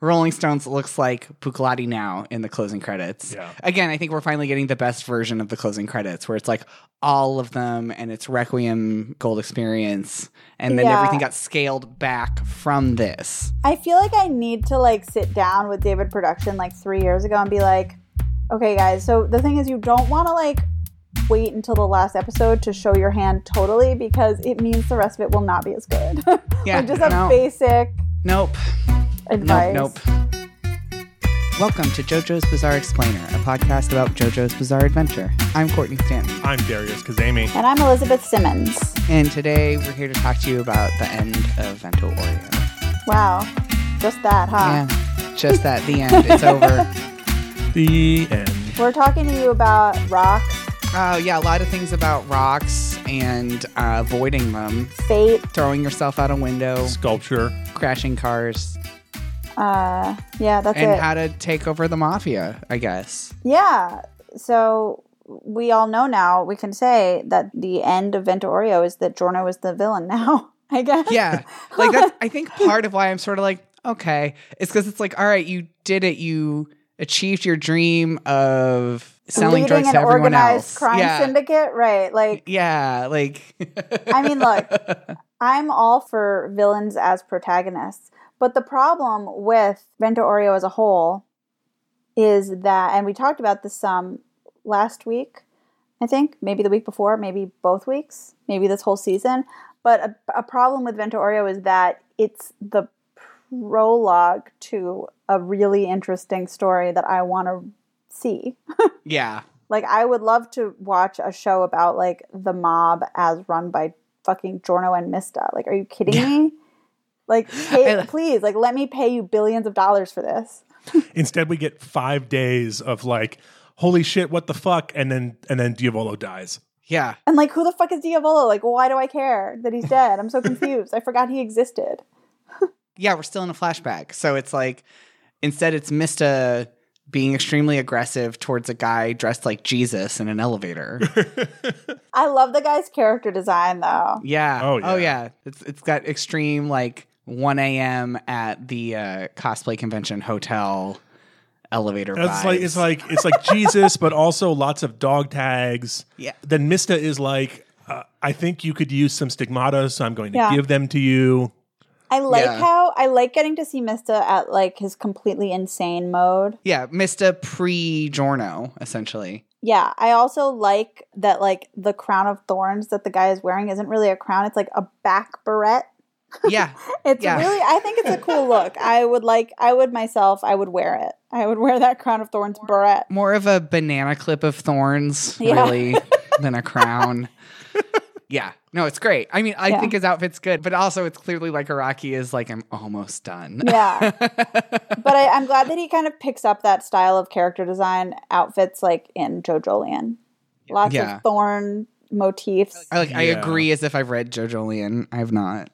Rolling Stones looks like Bucalati now in the closing credits. Yeah. Again, I think we're finally getting the best version of the closing credits where it's like all of them and it's Requiem Gold Experience and then Yeah. everything got scaled back from this. I feel like I need to like sit down with David Production like three years ago and be like, okay, guys. So the thing is, you don't want to like wait until the last episode to show your hand totally because it means the rest of it will not be as good. Yeah, like just a no. basic Nope. advice. Nope, nope. Welcome to JoJo's Bizarre Explainer, a podcast about JoJo's Bizarre Adventure. I'm Courtney Stanton, I'm Darius Kazemi. And I'm Elizabeth Simmons. and today we're here to talk to you about the end of Vento Oreo. Wow, just that, huh? Yeah, just that, the end. It's over. The end. We're talking to you about rocks, Oh, yeah, a lot of things about rocks and uh, avoiding them, fate. throwing yourself out a window, Sculpture. crashing cars, Uh, yeah, that's and it. how to take over the mafia, I guess. Yeah. So we all know now, we can say that the end of Ventorio is that Jorno is the villain now, I guess. yeah like that's i think part of why i'm sort of like okay it's because it's like all right you did it you achieved your dream of selling Leading drugs an to everyone organized else crime yeah syndicate, right? Like, yeah like I mean, look, I'm all for villains as protagonists, but the problem with Ventorio as a whole is that, and we talked about this some last week, I think, maybe the week before, maybe both weeks, maybe this whole season. But a, a problem with Ventorio is that it's the prologue to a really interesting story that I want to see. yeah Like I would love to watch a show about like the mob as run by fucking Jorno and Mista. Like, are you kidding Yeah. me? Like, pay, I- please, like, let me pay you billions of dollars for this. Instead, we get five days of like, holy shit, what the fuck, and then and then Diavolo dies. yeah And like, who the fuck is Diavolo? Like, why do I care that he's dead? I'm so confused. I forgot he existed. yeah we're still in a flashback so it's like instead it's mista being extremely aggressive towards a guy dressed like jesus in an elevator I love the guy's character design though. Yeah. Oh, yeah. It's it's got extreme like 1 a.m. at the uh, cosplay convention hotel elevator. It's vibes. like it's like it's like Jesus, but also lots of dog tags. Yeah. Then Mista is like, uh, I think you could use some stigmata, so I'm going to Yeah. give them to you. I like Yeah. how I like getting to see Mista at like his completely insane mode. yeah, Mista pre Jorno essentially. Yeah, I also like that like the crown of thorns that the guy is wearing isn't really a crown, it's like a back beret. Yeah, It's Yeah. really I think it's a cool look. I would like I would myself, I would wear it. I would wear that crown of thorns beret. more of a banana clip of thorns Yeah. really than a crown. Yeah, no, it's great. I mean, I Yeah. think his outfit's good, but also it's clearly like Iraqi is like I'm almost done. Yeah. but I, I'm glad that he kind of picks up that style of character design outfits like in JoJolian. Lots Yeah. of thorn motifs. I like I Yeah. agree as if I've read Jojo Leon. I've not.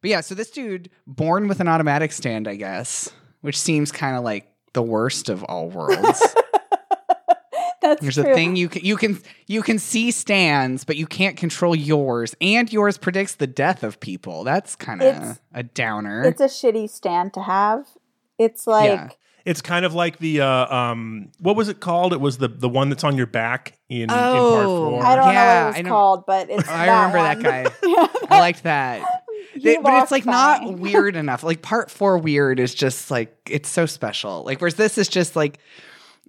But yeah, so this dude born with an automatic stand, I guess, which seems kind of like the worst of all worlds. That's There's true. a thing you can you can you can see stands, but you can't control yours, and yours predicts the death of people. That's kind It's- of a downer. It's a shitty stand to have. It's like Yeah. It's kind of like the uh, um, what was it called? It was the the one that's on your back in, in part Oh. four. I don't know Yeah, what I it was know. called, but it's I remember that one. guy. yeah, I liked that. They- you but it's walked like by. not weird enough. Like part four weird is just like it's so special. Like whereas this is just like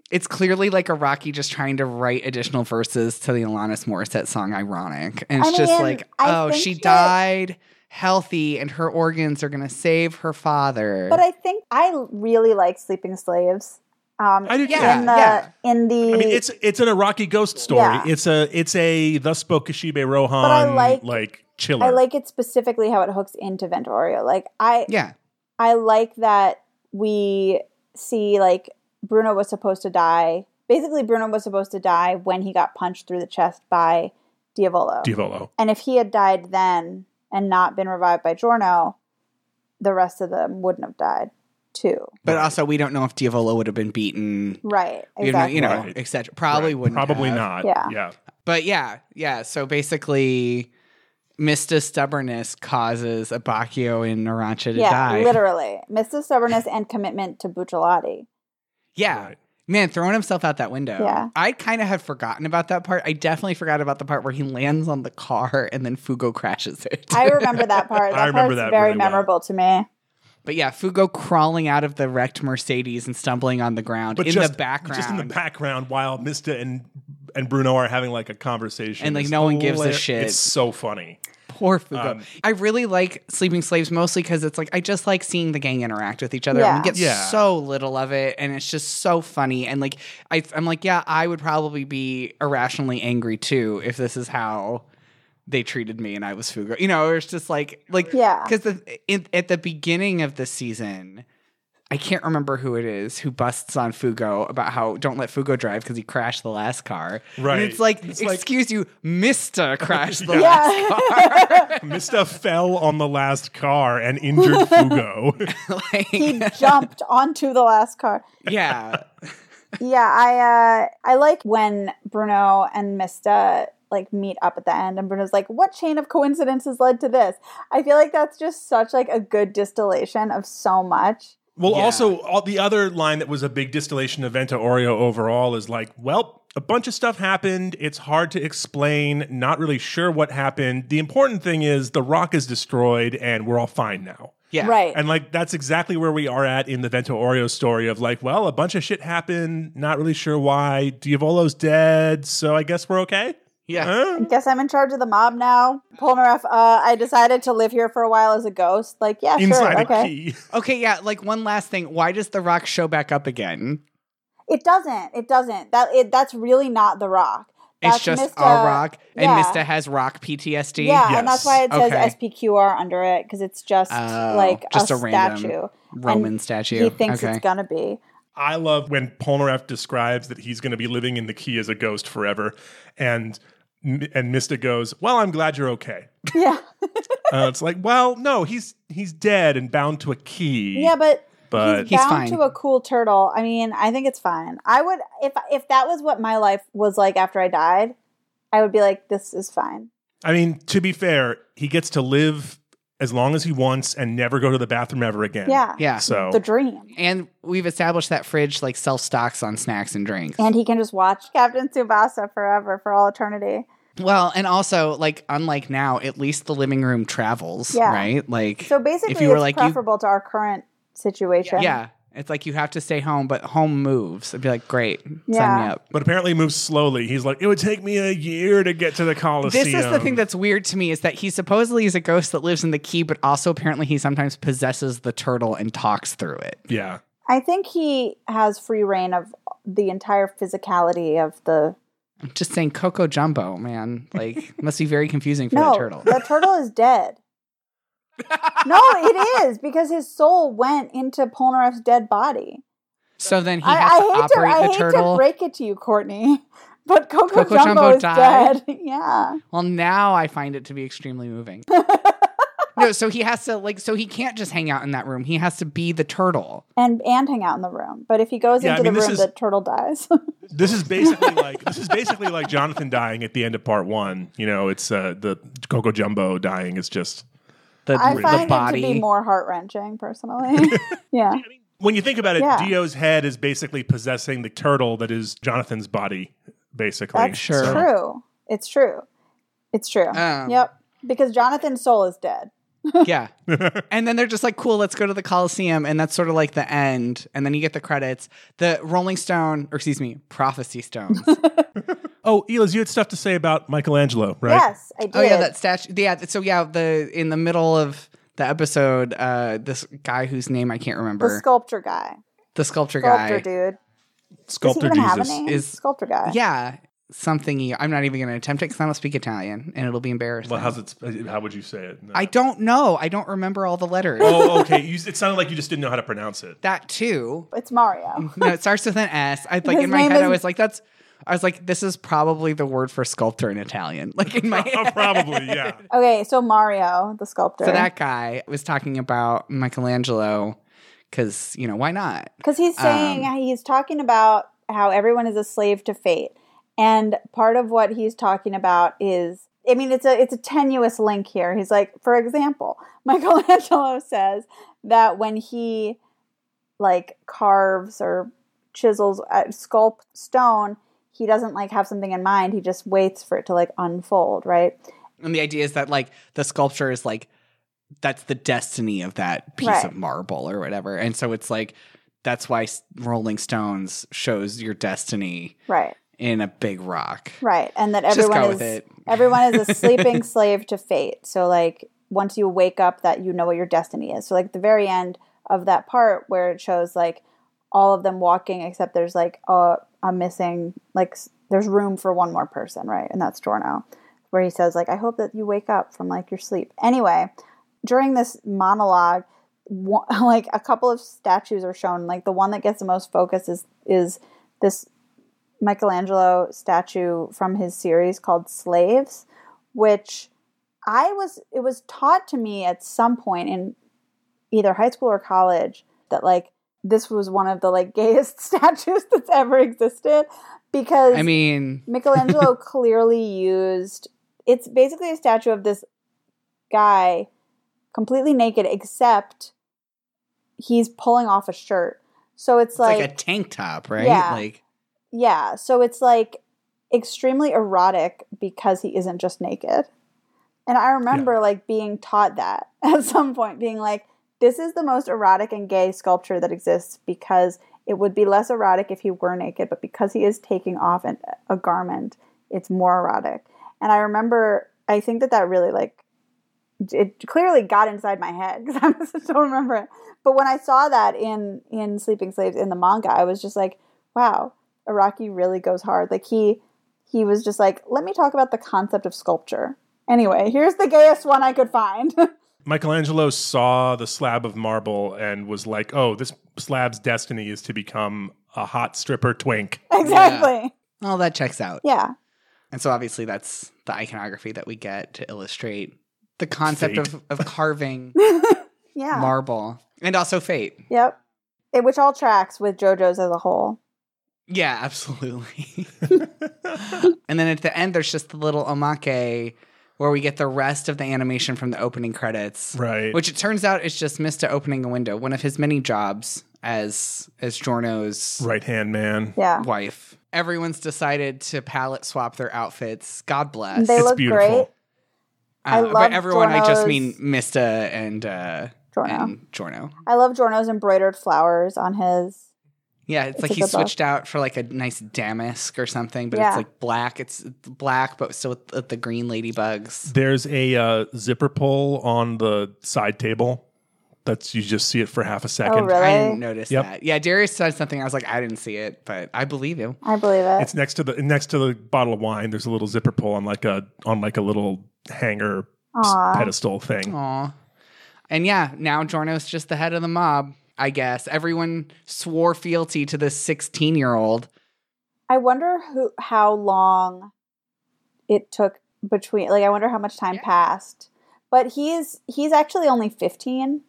it's clearly like a Rocky just trying to write additional verses to the Alanis Morissette song "Ironic," and it's I just mean, like, I oh, think she that- died healthy, and her organs are gonna save her father. But I think I really like Sleeping Slaves. Um, I do too. Yeah, in the yeah. in the I mean, it's it's an Iraqi ghost story. Yeah. It's a it's a thus spoke Kashibe Rohan like- like, chiller. I like it specifically how it hooks into Ventorio. Like I yeah, I like that we see like Bruno was supposed to die. Basically, Bruno was supposed to die when he got punched through the chest by Diavolo. Diavolo. and if he had died then and not been revived by Jorno, the rest of them wouldn't have died too. but also we don't know if Diavolo would have been beaten. Right. You know, Exactly. you know, Right. etc. Probably Right. wouldn't. Probably have. not. Yeah. Yeah. But yeah, yeah. So basically, Mista's stubbornness causes Abacchio and Narancha to yeah, die. literally. Mrs. Stubbornness and commitment to Bucciolati. Yeah. Right. Man, throwing himself out that window. Yeah. I kind of had forgotten about that part. I definitely forgot about the part where he lands on the car and then Fugo crashes it. I remember that part. I That remember part's that very really well. memorable to me. but yeah, Fugo crawling out of the wrecked Mercedes and stumbling on the ground But in just the background. just in the background, while Mista and and Bruno are having like a conversation, And, like, It's no one gives a hilar- shit. It's so funny. Poor Fugo. Um, I really like Sleeping Slaves mostly because it's like I just like seeing the gang interact with each other. Yeah. And we get Yeah. so little of it, and it's just so funny. And like I, I'm like, yeah, I would probably be irrationally angry too if this is how they treated me and I was Fugo. You know, it's just like like Yeah. because the in, at the beginning of the season. I can't remember who it is who busts on Fugo about how don't let Fugo drive because he crashed the last car. And Right. it's like, It's like- excuse you, Mister crashed the Yeah. last car. Mista fell on the last car and injured Fugo. like, He jumped onto the last car. yeah, Yeah, I uh, I like when Bruno and Mista like meet up at the end, and Bruno's like, "What chain of coincidences led to this?" I feel like that's just such like a good distillation of so much. well, Yeah. also all, the other line that was a big distillation of Venta Oreo overall is like, well, a bunch of stuff happened. It's hard to explain. Not really sure what happened. The important thing is the rock is destroyed and we're all fine now. yeah, Right. And like that's exactly where we are at in the Vento Oreo story of like, well, a bunch of shit happened, not really sure why. Diavolo's dead, so I guess we're okay. yeah. Huh? Guess I'm in charge of the mob now. Polnareff, uh, I decided to live here for a while as a ghost. Like, yeah, Inside sure, okay. a key. Okay, yeah. Like one last thing. Why does The Rock show back up again? It doesn't. It doesn't. That it, that's really not the rock. That's It's just Mista- a rock, and yeah. Mista has rock PTSD. Yeah, and Yes. that's why it says Okay. SPQR under it because it's just Oh, like just a, a random statue. Roman And statue. He thinks okay. it's gonna be. I love when Polnareff describes that he's going to be living in the key as a ghost forever, and and Mista goes, "Well, I'm glad you're okay." Yeah, Uh, it's like, well, no, he's he's dead and bound to a key. yeah, but but he's, He's bound fine. to a cool turtle. I mean, I think it's fine. I would if if that was what my life was like after I died, I would be like, this is fine. I mean, to be fair, he gets to live as long as he wants and never go to the bathroom ever again. Yeah, yeah. So the dream. And we've established that fridge like self stocks on snacks and drinks. And he can just watch Captain Tsubasa forever for all eternity. well, and also like unlike now, at least the living room travels, Yeah. right? Like So basically, you were it's like, you- preferable to our current situation. yeah, it's like you have to stay home, but home moves. I'd be like, great, sign Yeah. me up. But apparently moves slowly. He's like, it would take me a year to get to the Coliseum. This is the thing that's weird to me is that he supposedly is a ghost that lives in the key, but also apparently he sometimes possesses the turtle and talks through it. Yeah. I think he has free reign of the entire physicality of the. I'm just saying, Coco Jumbo, man, like must be very confusing for no, that turtle. the turtle is dead. no, it is because his soul went into Polnareff's dead body. So then he I, has I to hate to operate I the hate turtle. to break it to you, Courtney, but Coco, Coco Jumbo, Jumbo is died? dead. yeah, well, now I find it to be extremely moving. no, so he has to like, so he can't just hang out in that room. He has to be the turtle. and and hang out in the room. But if he goes Yeah, I into mean, the this room, is- the turtle dies. This is basically like this is basically like Jonathan dying at the end of part one. You know, it's uh, the Coco Jumbo dying is just The, I the find body. him to be more heart wrenching, personally. yeah, when you think about it, Yeah. Dio's head is basically possessing the turtle that is Jonathan's body, basically. that's Sure. true. It's true. It's true. Um, yep. Because Jonathan's soul is dead. yeah. and then they're just like, cool, let's go to the Coliseum. And that's sort of like the end. And then you get the credits. The Rolling Stone, or excuse me, Prophecy Stones. Oh, Elas, you had stuff to say about Michelangelo, right? Yes, I did. oh, yeah, that statue. Yeah. So, yeah, the in the middle of the episode, uh, this guy whose name I can't remember, the the, sculpture guy, sculpture, sculptor guy. dude. Does he Sculptor even have a Jesus. name? is- sculptor guy. Yeah. Something. e, I'm not even going to attempt it because I don't speak Italian and it'll be embarrassing. Well, how's it? How would you say it? No. I don't know. I don't remember all the letters. oh, okay. You, it sounded like you just didn't know how to pronounce it. That too. It's Mario. No, it starts with an S. I like His in my name head, I is- was like, that's. I was like, this is probably the word for sculptor in Italian. Like in my Oh, probably, yeah. Okay, so Mario, the sculptor. So that guy was talking about Michelangelo because, you know, why not? Because he's saying Um, he's talking about how everyone is a slave to fate, and part of what he's talking about is I mean, it's a it's a tenuous link here. He's like, for example, Michelangelo says that when he like carves or chisels uh, sculpt stone, he doesn't like have something in mind. He just waits for it to like unfold, right? And the idea is that like the sculpture is like that's the destiny of that piece Right. of marble or whatever. And so it's like that's why S- Rolling Stones shows your destiny Right. in a big rock. Right. And that Just everyone go is with it. everyone is a sleeping slave to fate. So like once you wake up that you know what your destiny is. So like at the very end of that part where it shows like all of them walking except there's like a, a missing like s- there's room for one more person, right? And that's Jorno. Where he says like I hope that you wake up from like your sleep. Anyway, during this monologue one, like a couple of statues are shown like the one that gets the most focus is is this Michelangelo statue from his series called Slaves, which I was it was taught to me at some point in either high school or college that like this was one of the like gayest statues that's ever existed because I mean, Michelangelo clearly used it's basically a statue of this guy completely naked except he's pulling off a shirt. So it's, it's like, a tank top, right? Yeah. Like yeah, so it's like extremely erotic because he isn't just naked. And I remember like being taught that at some point, being like, this is the most erotic and gay sculpture that exists because it would be less erotic if he were naked, but because he is taking off an, a garment, it's more erotic. And I remember, I think that that really like, it clearly got inside my head because I just don't remember it. But when I saw that in in Sleeping Slaves in the manga, I was just like, wow, Iraqi really goes hard. Like he he was just like, let me talk about the concept of sculpture. Anyway, here's the gayest one I could find. Michelangelo saw the slab of marble and was like, "Oh, this slab's destiny is to become a hot stripper twink." exactly. all that checks out. Yeah. And so obviously that's the iconography that we get to illustrate the concept Fate. of, of carving Yeah. marble and also fate. yep. It, which all tracks with JoJo's as a whole. Yeah, absolutely. and then at the end, there's just the little omake where we get the rest of the animation from the opening credits, Right. which it turns out is just Mista opening a window, one of his many jobs as as Jorno's right hand man. Yeah. wife. Everyone's decided to palette swap their outfits. God bless. They It's look great. beautiful. I Uh, by love everyone. I just Jorno's- mean Mista and uh, Jorno. and Jorno. I love Jorno's embroidered flowers on his. Yeah, it's, It's like a he good look. switched out for like a nice damask or something, but Yeah. it's like black. It's black, but still with the, the green ladybugs. There's a uh, zipper pull on the side table. That's you just see it for half a second. Oh, really? I didn't notice Yep. that. Yeah, Darius said something. I was like, I didn't see it, but I believe you. I believe it. It's next to the next to the bottle of wine. There's a little zipper pull on like a on like a little hanger s- Aw. pedestal thing. Aw. And yeah, now Jorno's just the head of the mob, I guess. Everyone swore fealty to this 16 year old. I wonder who how long it took between like I wonder how much time Yeah. passed. But he's he's actually only 15.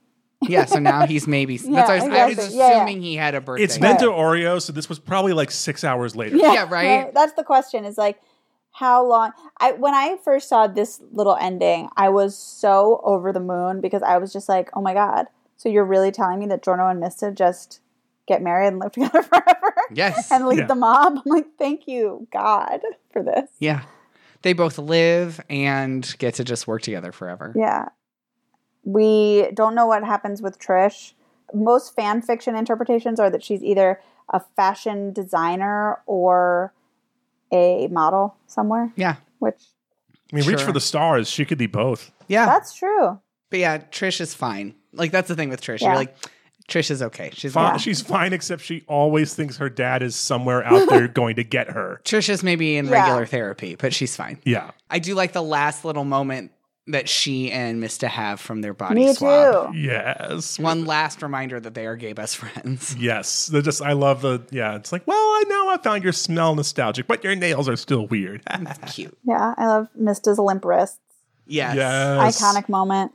Yeah, so now he's maybe. Yeah, that's why I was, I was exactly. Yeah, yeah. assuming he had a birthday. It's Bento Oreo, so this was probably like six hours later. Yeah, right? That's the question is like how long I when I first saw this little ending, I was so over the moon because I was just like, "Oh my god. So you're really telling me that Jorno and Mista just get married and live together forever Yes. and lead Yeah. the mob?" I'm like, "Thank you, God, for this." yeah. They both live and get to just work together forever. Yeah. We don't know what happens with Trish. Most fan fiction interpretations are that she's either a fashion designer or a model somewhere, Yeah. which I mean, reach Sure. for the stars. She could be both. Yeah. that's true. but yeah, Trish is fine. Like, that's the thing with Trish. Yeah. You're like, Trish is okay. She's Fi- fine. She's fine, except she always thinks her dad is somewhere out there going to get her. Trish is maybe in Yeah. regular therapy, but she's fine. Yeah. I do like the last little moment that she and Mista have from their body Me swap. too. Yes. One last reminder that they are gay best friends. Yes. They're just, I love the, yeah. It's like, well, I know I found your smell nostalgic, but your nails are still weird. That's cute. Yeah, I love Mista's limp wrists. Yes. Yeah. Yes. Iconic moment.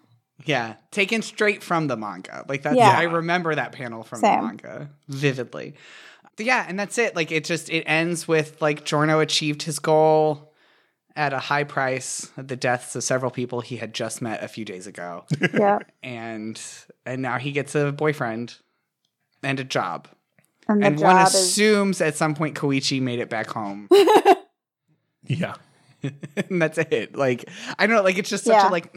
Taken straight from the manga. Like that's Yeah. I remember that panel from the Same. manga vividly. But yeah, and that's it. Like it just it ends with like Jorno achieved his goal at a high price the deaths of several people he had just met a few days ago. yeah. and and now he gets a boyfriend and a job. And the and one job assumes at some point Koichi made it back home. is Yeah. and that's it. Like I don't know, like it's just such a Yeah. like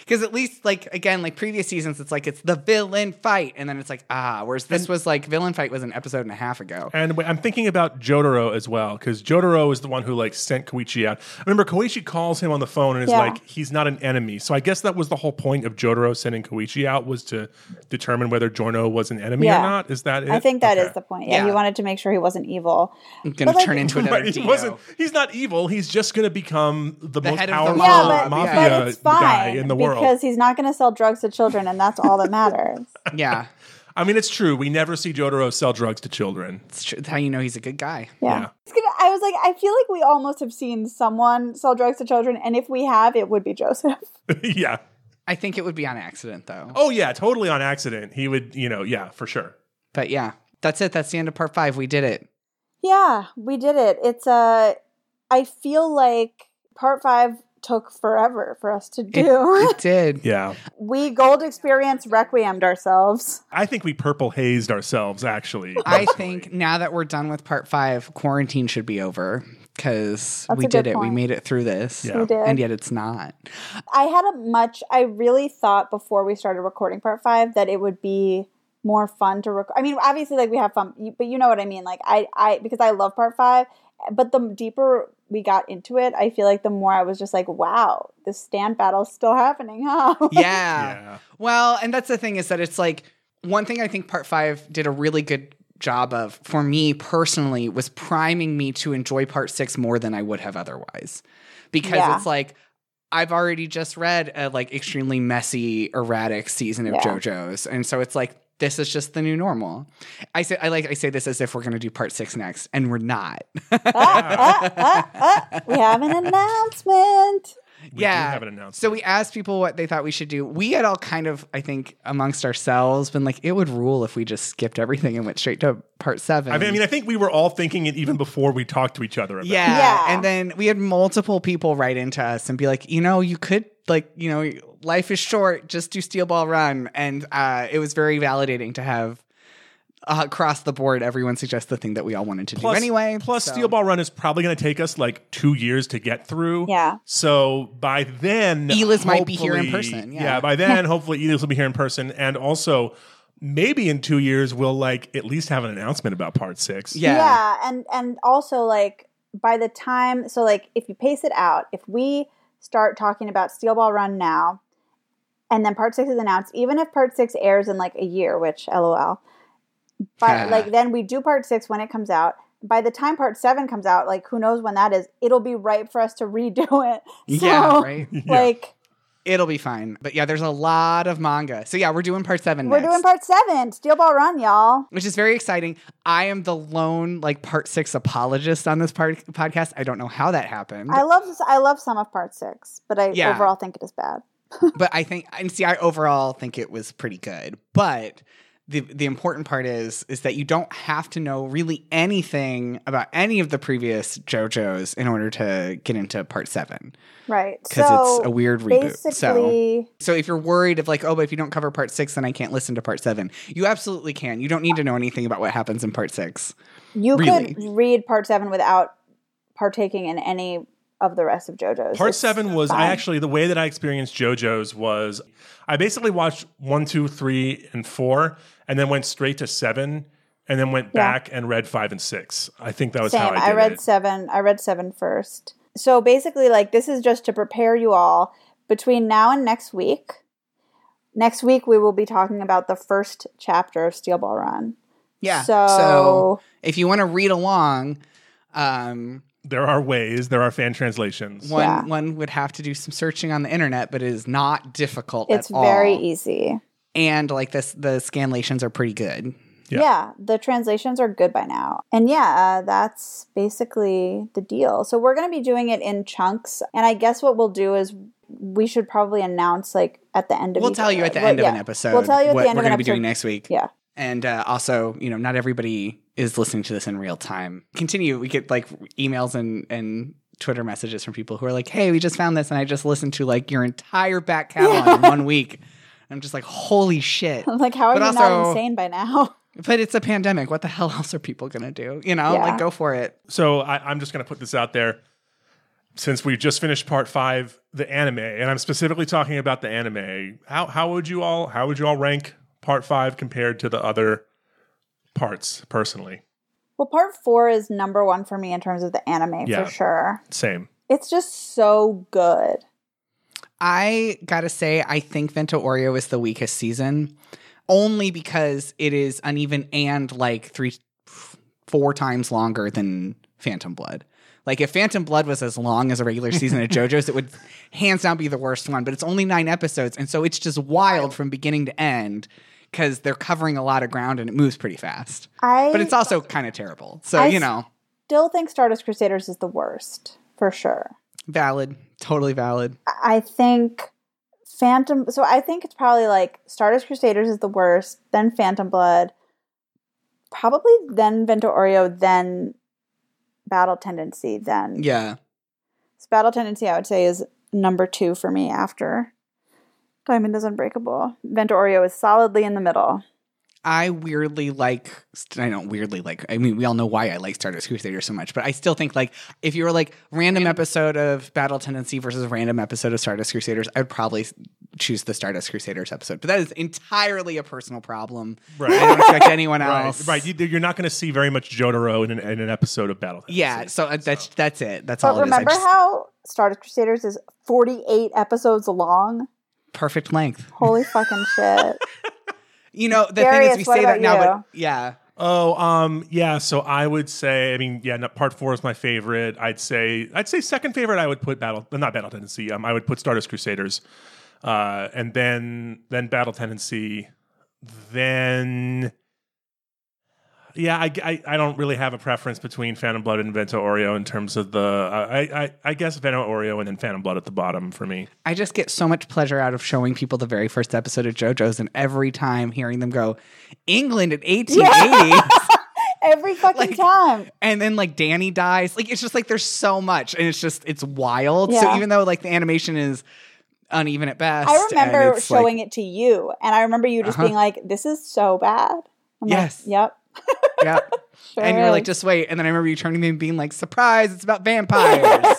because at least like again, like previous seasons, it's like it's the villain fight, and then it's like ah, whereas this was like villain fight was an episode and a half ago. And wait, I'm thinking about Jotaro as well, because Jotaro is the one who like sent Koichi out. Remember, Koichi calls him on the phone and is Yeah. like, he's not an enemy. So I guess that was the whole point of Jotaro sending Koichi out was to determine whether Jorno was an enemy Yeah. or not. Is that it? I think that is the Okay. point. Yeah, he Yeah. wanted to make sure he wasn't evil. I'm gonna But, like, turn into another Right, he Dio. wasn't. He's not evil. He's just going to become the, most head of the powerful mob. yeah, but, uh, mafia but it's fine guy in the world. because he's not going to sell drugs to children, and that's all that matters. Yeah, I mean, it's true. We never see Jotaro sell drugs to children. it's true. That's how you know he's a good guy. Yeah. Yeah. It's gonna, I was like, I feel like we almost have seen someone sell drugs to children, and if we have, it would be Joseph. yeah. I think it would be on accident though. Oh yeah, totally on accident. He would, you know, yeah, for sure. But yeah, that's it. That's the end of part five. We did it. Yeah, we did it. It's uh, I feel like part five took forever for us to It, do. it did. Yeah. we gold experience requiemed ourselves. I think we purple hazed ourselves actually. I personally. think now that we're done with part five, quarantine should be over because That's we a good did it. We point. made it through this. Yeah. We did. And yet it's not. I had a much. I really thought before we started recording part five that it would be more fun to record. I mean, obviously, like we have fun, you- but you know what I mean. Like I, I because I love part five, but the deeper we got into it, I feel like the more I was just like, wow, this stand battle's still happening, huh? yeah. Yeah. Well, and that's the thing is that it's like one thing I think part five did a really good job of for me personally was priming me to enjoy part six more than I would have otherwise. Because Yeah. it's like I've already just read a like extremely messy, erratic season of Yeah. JoJo's. And so it's like this is just the new normal. I say I like I say this as if we're gonna do part six next, and we're not. Ah, ah, ah, ah. We have an announcement. We do yeah. have an announcement. So we asked people what they thought we should do. We had all kind of, I think, amongst ourselves been like, it would rule if we just skipped everything and went straight to part seven. I mean, I mean, I think we were all thinking it even before we talked to each other about yeah. Yeah. And then we had multiple people write into us and be like, you know, you could, like, you know, life is short, just do Steel Ball Run. And uh, it was very validating to have. Uh, across the board, everyone suggests the thing that we all wanted to Plus, do anyway. plus so- Steel Ball Run is probably going to take us like two years to get through. Yeah. So by then, Elis might be here in hopefully- person, Yeah. yeah. By then, hopefully, Elis will be here in person, and also maybe in two years we'll like at least have an announcement about Part Six. Yeah. and and also like by the time so like if you pace it out, if we start talking about Steel Ball Run now and then part 6 is announced, even if part 6 airs in like a year, which lol. But like then we do part 6 when it comes out. By the time part 7 comes out, like who knows when that is, it'll be ripe for us to redo it. So yeah, right. like It'll be fine. But yeah, there's a lot of manga. So yeah, we're doing part seven. we're next. doing part 7, Steel Ball Run, y'all. which is very exciting. I am the lone like part six apologist on this part- podcast. I don't know how that happened, I love I love some of part 6, but I Yeah. overall think it is bad. but I think and see, I overall think it was pretty good. But the the important part is is that you don't have to know really anything about any of the previous JoJos in order to get into part seven Right. because so it's a weird reboot. So. basically So if you're worried of like, oh, but if you don't cover part six, then I can't listen to part seven. You absolutely can. You don't need to know anything about what happens in part six. you really. could read part seven without partaking in any of the rest of JoJo's. Part It's seven was I fine. actually the way that I experienced JoJo's was I basically watched one, two, three, and four, and then went straight to seven, and then went Yeah. back and read five and six. I think that was same. how I I, did read it. seven. I read seven first. So basically, like this is just to prepare you all between now and next week. Next week we will be talking about the first chapter of Steel Ball Run. Yeah. So, if you want to read along, um, There are ways. There are fan translations. one Yeah. one would have to do some searching on the internet, but it is not difficult. it's at all. very e-, easy. And like this, the scanlations are pretty good. Yeah. Yeah. the translations are good by now. And yeah, uh, that's basically the deal. So we're going to be doing it in chunks. And I guess what we'll do is we should probably announce like at the end of We'll each tell you at the episode. end Well, of yeah. an episode. We'll tell you at what the end we're of an going to be episode. doing next week. Yeah. And uh, also, you know, not everybody is listening to this in real time. Continue. We get like emails and and Twitter messages from people who are like, "Hey, we just found this, and I just listened to like your entire back catalog in one week." I'm just like, "Holy shit!" I'm like, how are But you also- not insane by now? But it's a pandemic. What the hell else are people gonna do? You know, Yeah. like go for it. So I, I'm just going to put this out there. Since we just finished part five, the anime, and I'm specifically talking about the anime. How how would you all how would you all rank part five compared to the other parts? Personally, Well, part four is number one for me in terms of the anime Yeah. for sure. same. It's just so good. I gotta say, I think Vento Oreo is the weakest season, only because it is uneven and like three, four times longer than Phantom Blood. Like if Phantom Blood was as long as a regular season of JoJo's, it would hands down be the worst one. But it's only nine episodes, and so it's just wild from beginning to end because they're covering a lot of ground and it moves pretty fast. I But it's also kind of terrible. So I you s- know, still think Stardust Crusaders is the worst for sure. valid, totally valid. I- I think Phantom. So I think it's probably like Stardust Crusaders is the worst, then Phantom Blood, probably then Vento Oreo, then Battle Tendency, then Yeah. So Battle Tendency, I would say, is number two for me after Diamond is Unbreakable. Vento Oreo is solidly in the middle. I weirdly like, st- I don't weirdly like, I mean, we all know why I like Stardust Crusader so much, but I still think, like, if you were like random episode of Battle Tendency versus random episode of Stardust Crusaders, I would probably s- choose the Stardust Crusaders episode. But that is entirely a personal problem. Right. I don't expect anyone Right, else. right. You, you're not going to see very much Jotaro in an, in an episode of Battle. Yeah, so uh, that's that's it. That's all But it is. I remember just- how Stardust Crusaders is 48 episodes long? perfect length. Holy fucking shit. You know, the thing Darius, is, we what say that about now, you? but yeah. Oh, um, yeah. So I would say, I mean, yeah, no, part four is my favorite. I'd say, I'd say second favorite. I would put Battle, uh, not Battle Tendency. Um, I would put Stardust Crusaders, uh, and then then Battle Tendency, then. Yeah, I, I, I don't really have a preference between Phantom Blood and Vento Oreo in terms of the I, I I guess Vento Oreo and then Phantom Blood at the bottom for me. I just get so much pleasure out of showing people the very first episode of JoJo's and every time hearing them go, England in 1880. Every fucking Like- time. and then like Danny dies. Like it's just like there's so much, and it's just it's wild. So Yeah. even though like the animation is uneven at best, I and remember it's, like- showing it to you, and I remember you just Uh-huh. being like, this is so bad. I'm Yes. Like, yep. yeah, sure and you were like, is." just wait. And then I remember you turning to me and being like, surprise, it's about vampires.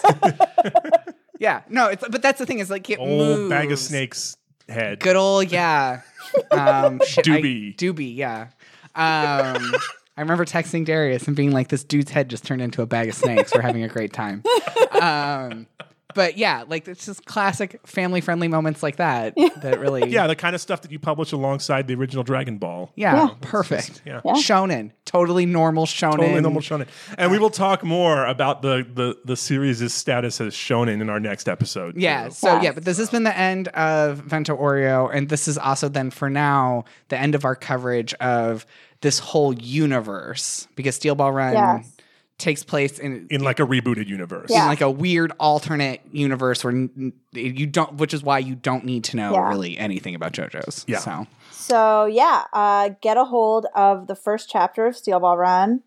yeah, no, it's but that's the thing is like it Old moves. bag of snakes head. Good old yeah, um, shit, I- Doobie. doobie, yeah. Um, I remember texting Darius and being like, "This dude's head just turned into a bag of snakes. We're having a great time." Um, but yeah, like it's just classic family-friendly moments like that that really, Yeah, the kind of stuff that you publish alongside the original Dragon Ball. yeah, Yeah. perfect. Yeah. Yeah. Shonen, totally normal shonen. Totally normal shonen. And we will talk more about the the the series' status as shonen in our next episode. Yeah. too. So Yes. yeah, but this has been the end of Vento Oreo, and this is also then for now the end of our coverage of this whole universe because Steel Ball Run Yes. takes place in. in like a rebooted universe. in Yeah. like a weird alternate universe where n- n- you don't, which is why you don't need to know Yeah. really anything about JoJo's. Yeah. So So, yeah, uh, get a hold of the first chapter of Steel Ball Run.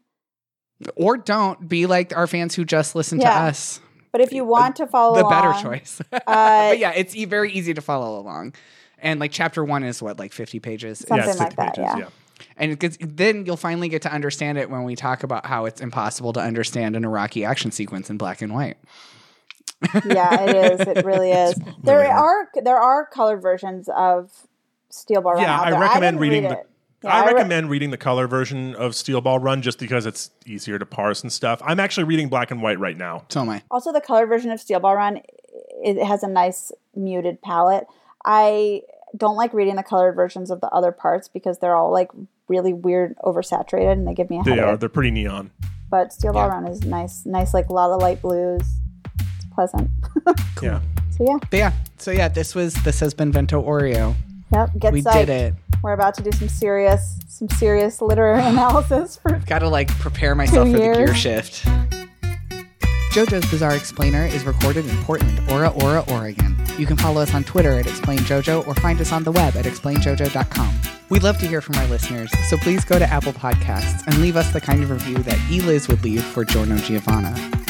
or don't be like our fans who just listen Yeah. to us. But if you want to follow The better along, choice. Uh, but yeah, it's e- very easy to follow along. And like chapter one is what like fifty pages. Something it's like 50 that, yeah. And it gets, then you'll finally get to understand it when we talk about how it's impossible to understand an Iraqi action sequence in black and white. yeah, it is. It really is. There really hard. are there are colored versions of Steel Ball Run. Yeah, out I there. recommend didn't reading read the- it. Yeah, I re- recommend reading the color version of Steel Ball Run just because it's easier to parse and stuff. I'm actually reading black and white right now. So am I. also the colored version of Steel Ball Run. It has a nice muted palette. I don't like reading the colored versions of the other parts because they're all like really weird, oversaturated, and they give me a They are headache. they're pretty neon. But Steel Ball Yeah. Run is nice, nice like lot of light blues. It's pleasant. Yeah. So yeah, But yeah, so yeah, this was this has been Vento Oreo. yep. Get We psyched. did it. We're about to do some serious, some serious literary analysis for Got to like prepare myself Two for the gear years. shift. JoJo's Bizarre Explainer is recorded in Portland, Ora, Ora, Oregon. You can follow us on Twitter at ExplainJoJo or find us on the web at explainjojo.com. We'd love to hear from our listeners, E so please go to Apple Podcasts and leave us the kind of review that Eliz would leave for Giorno Giovanna.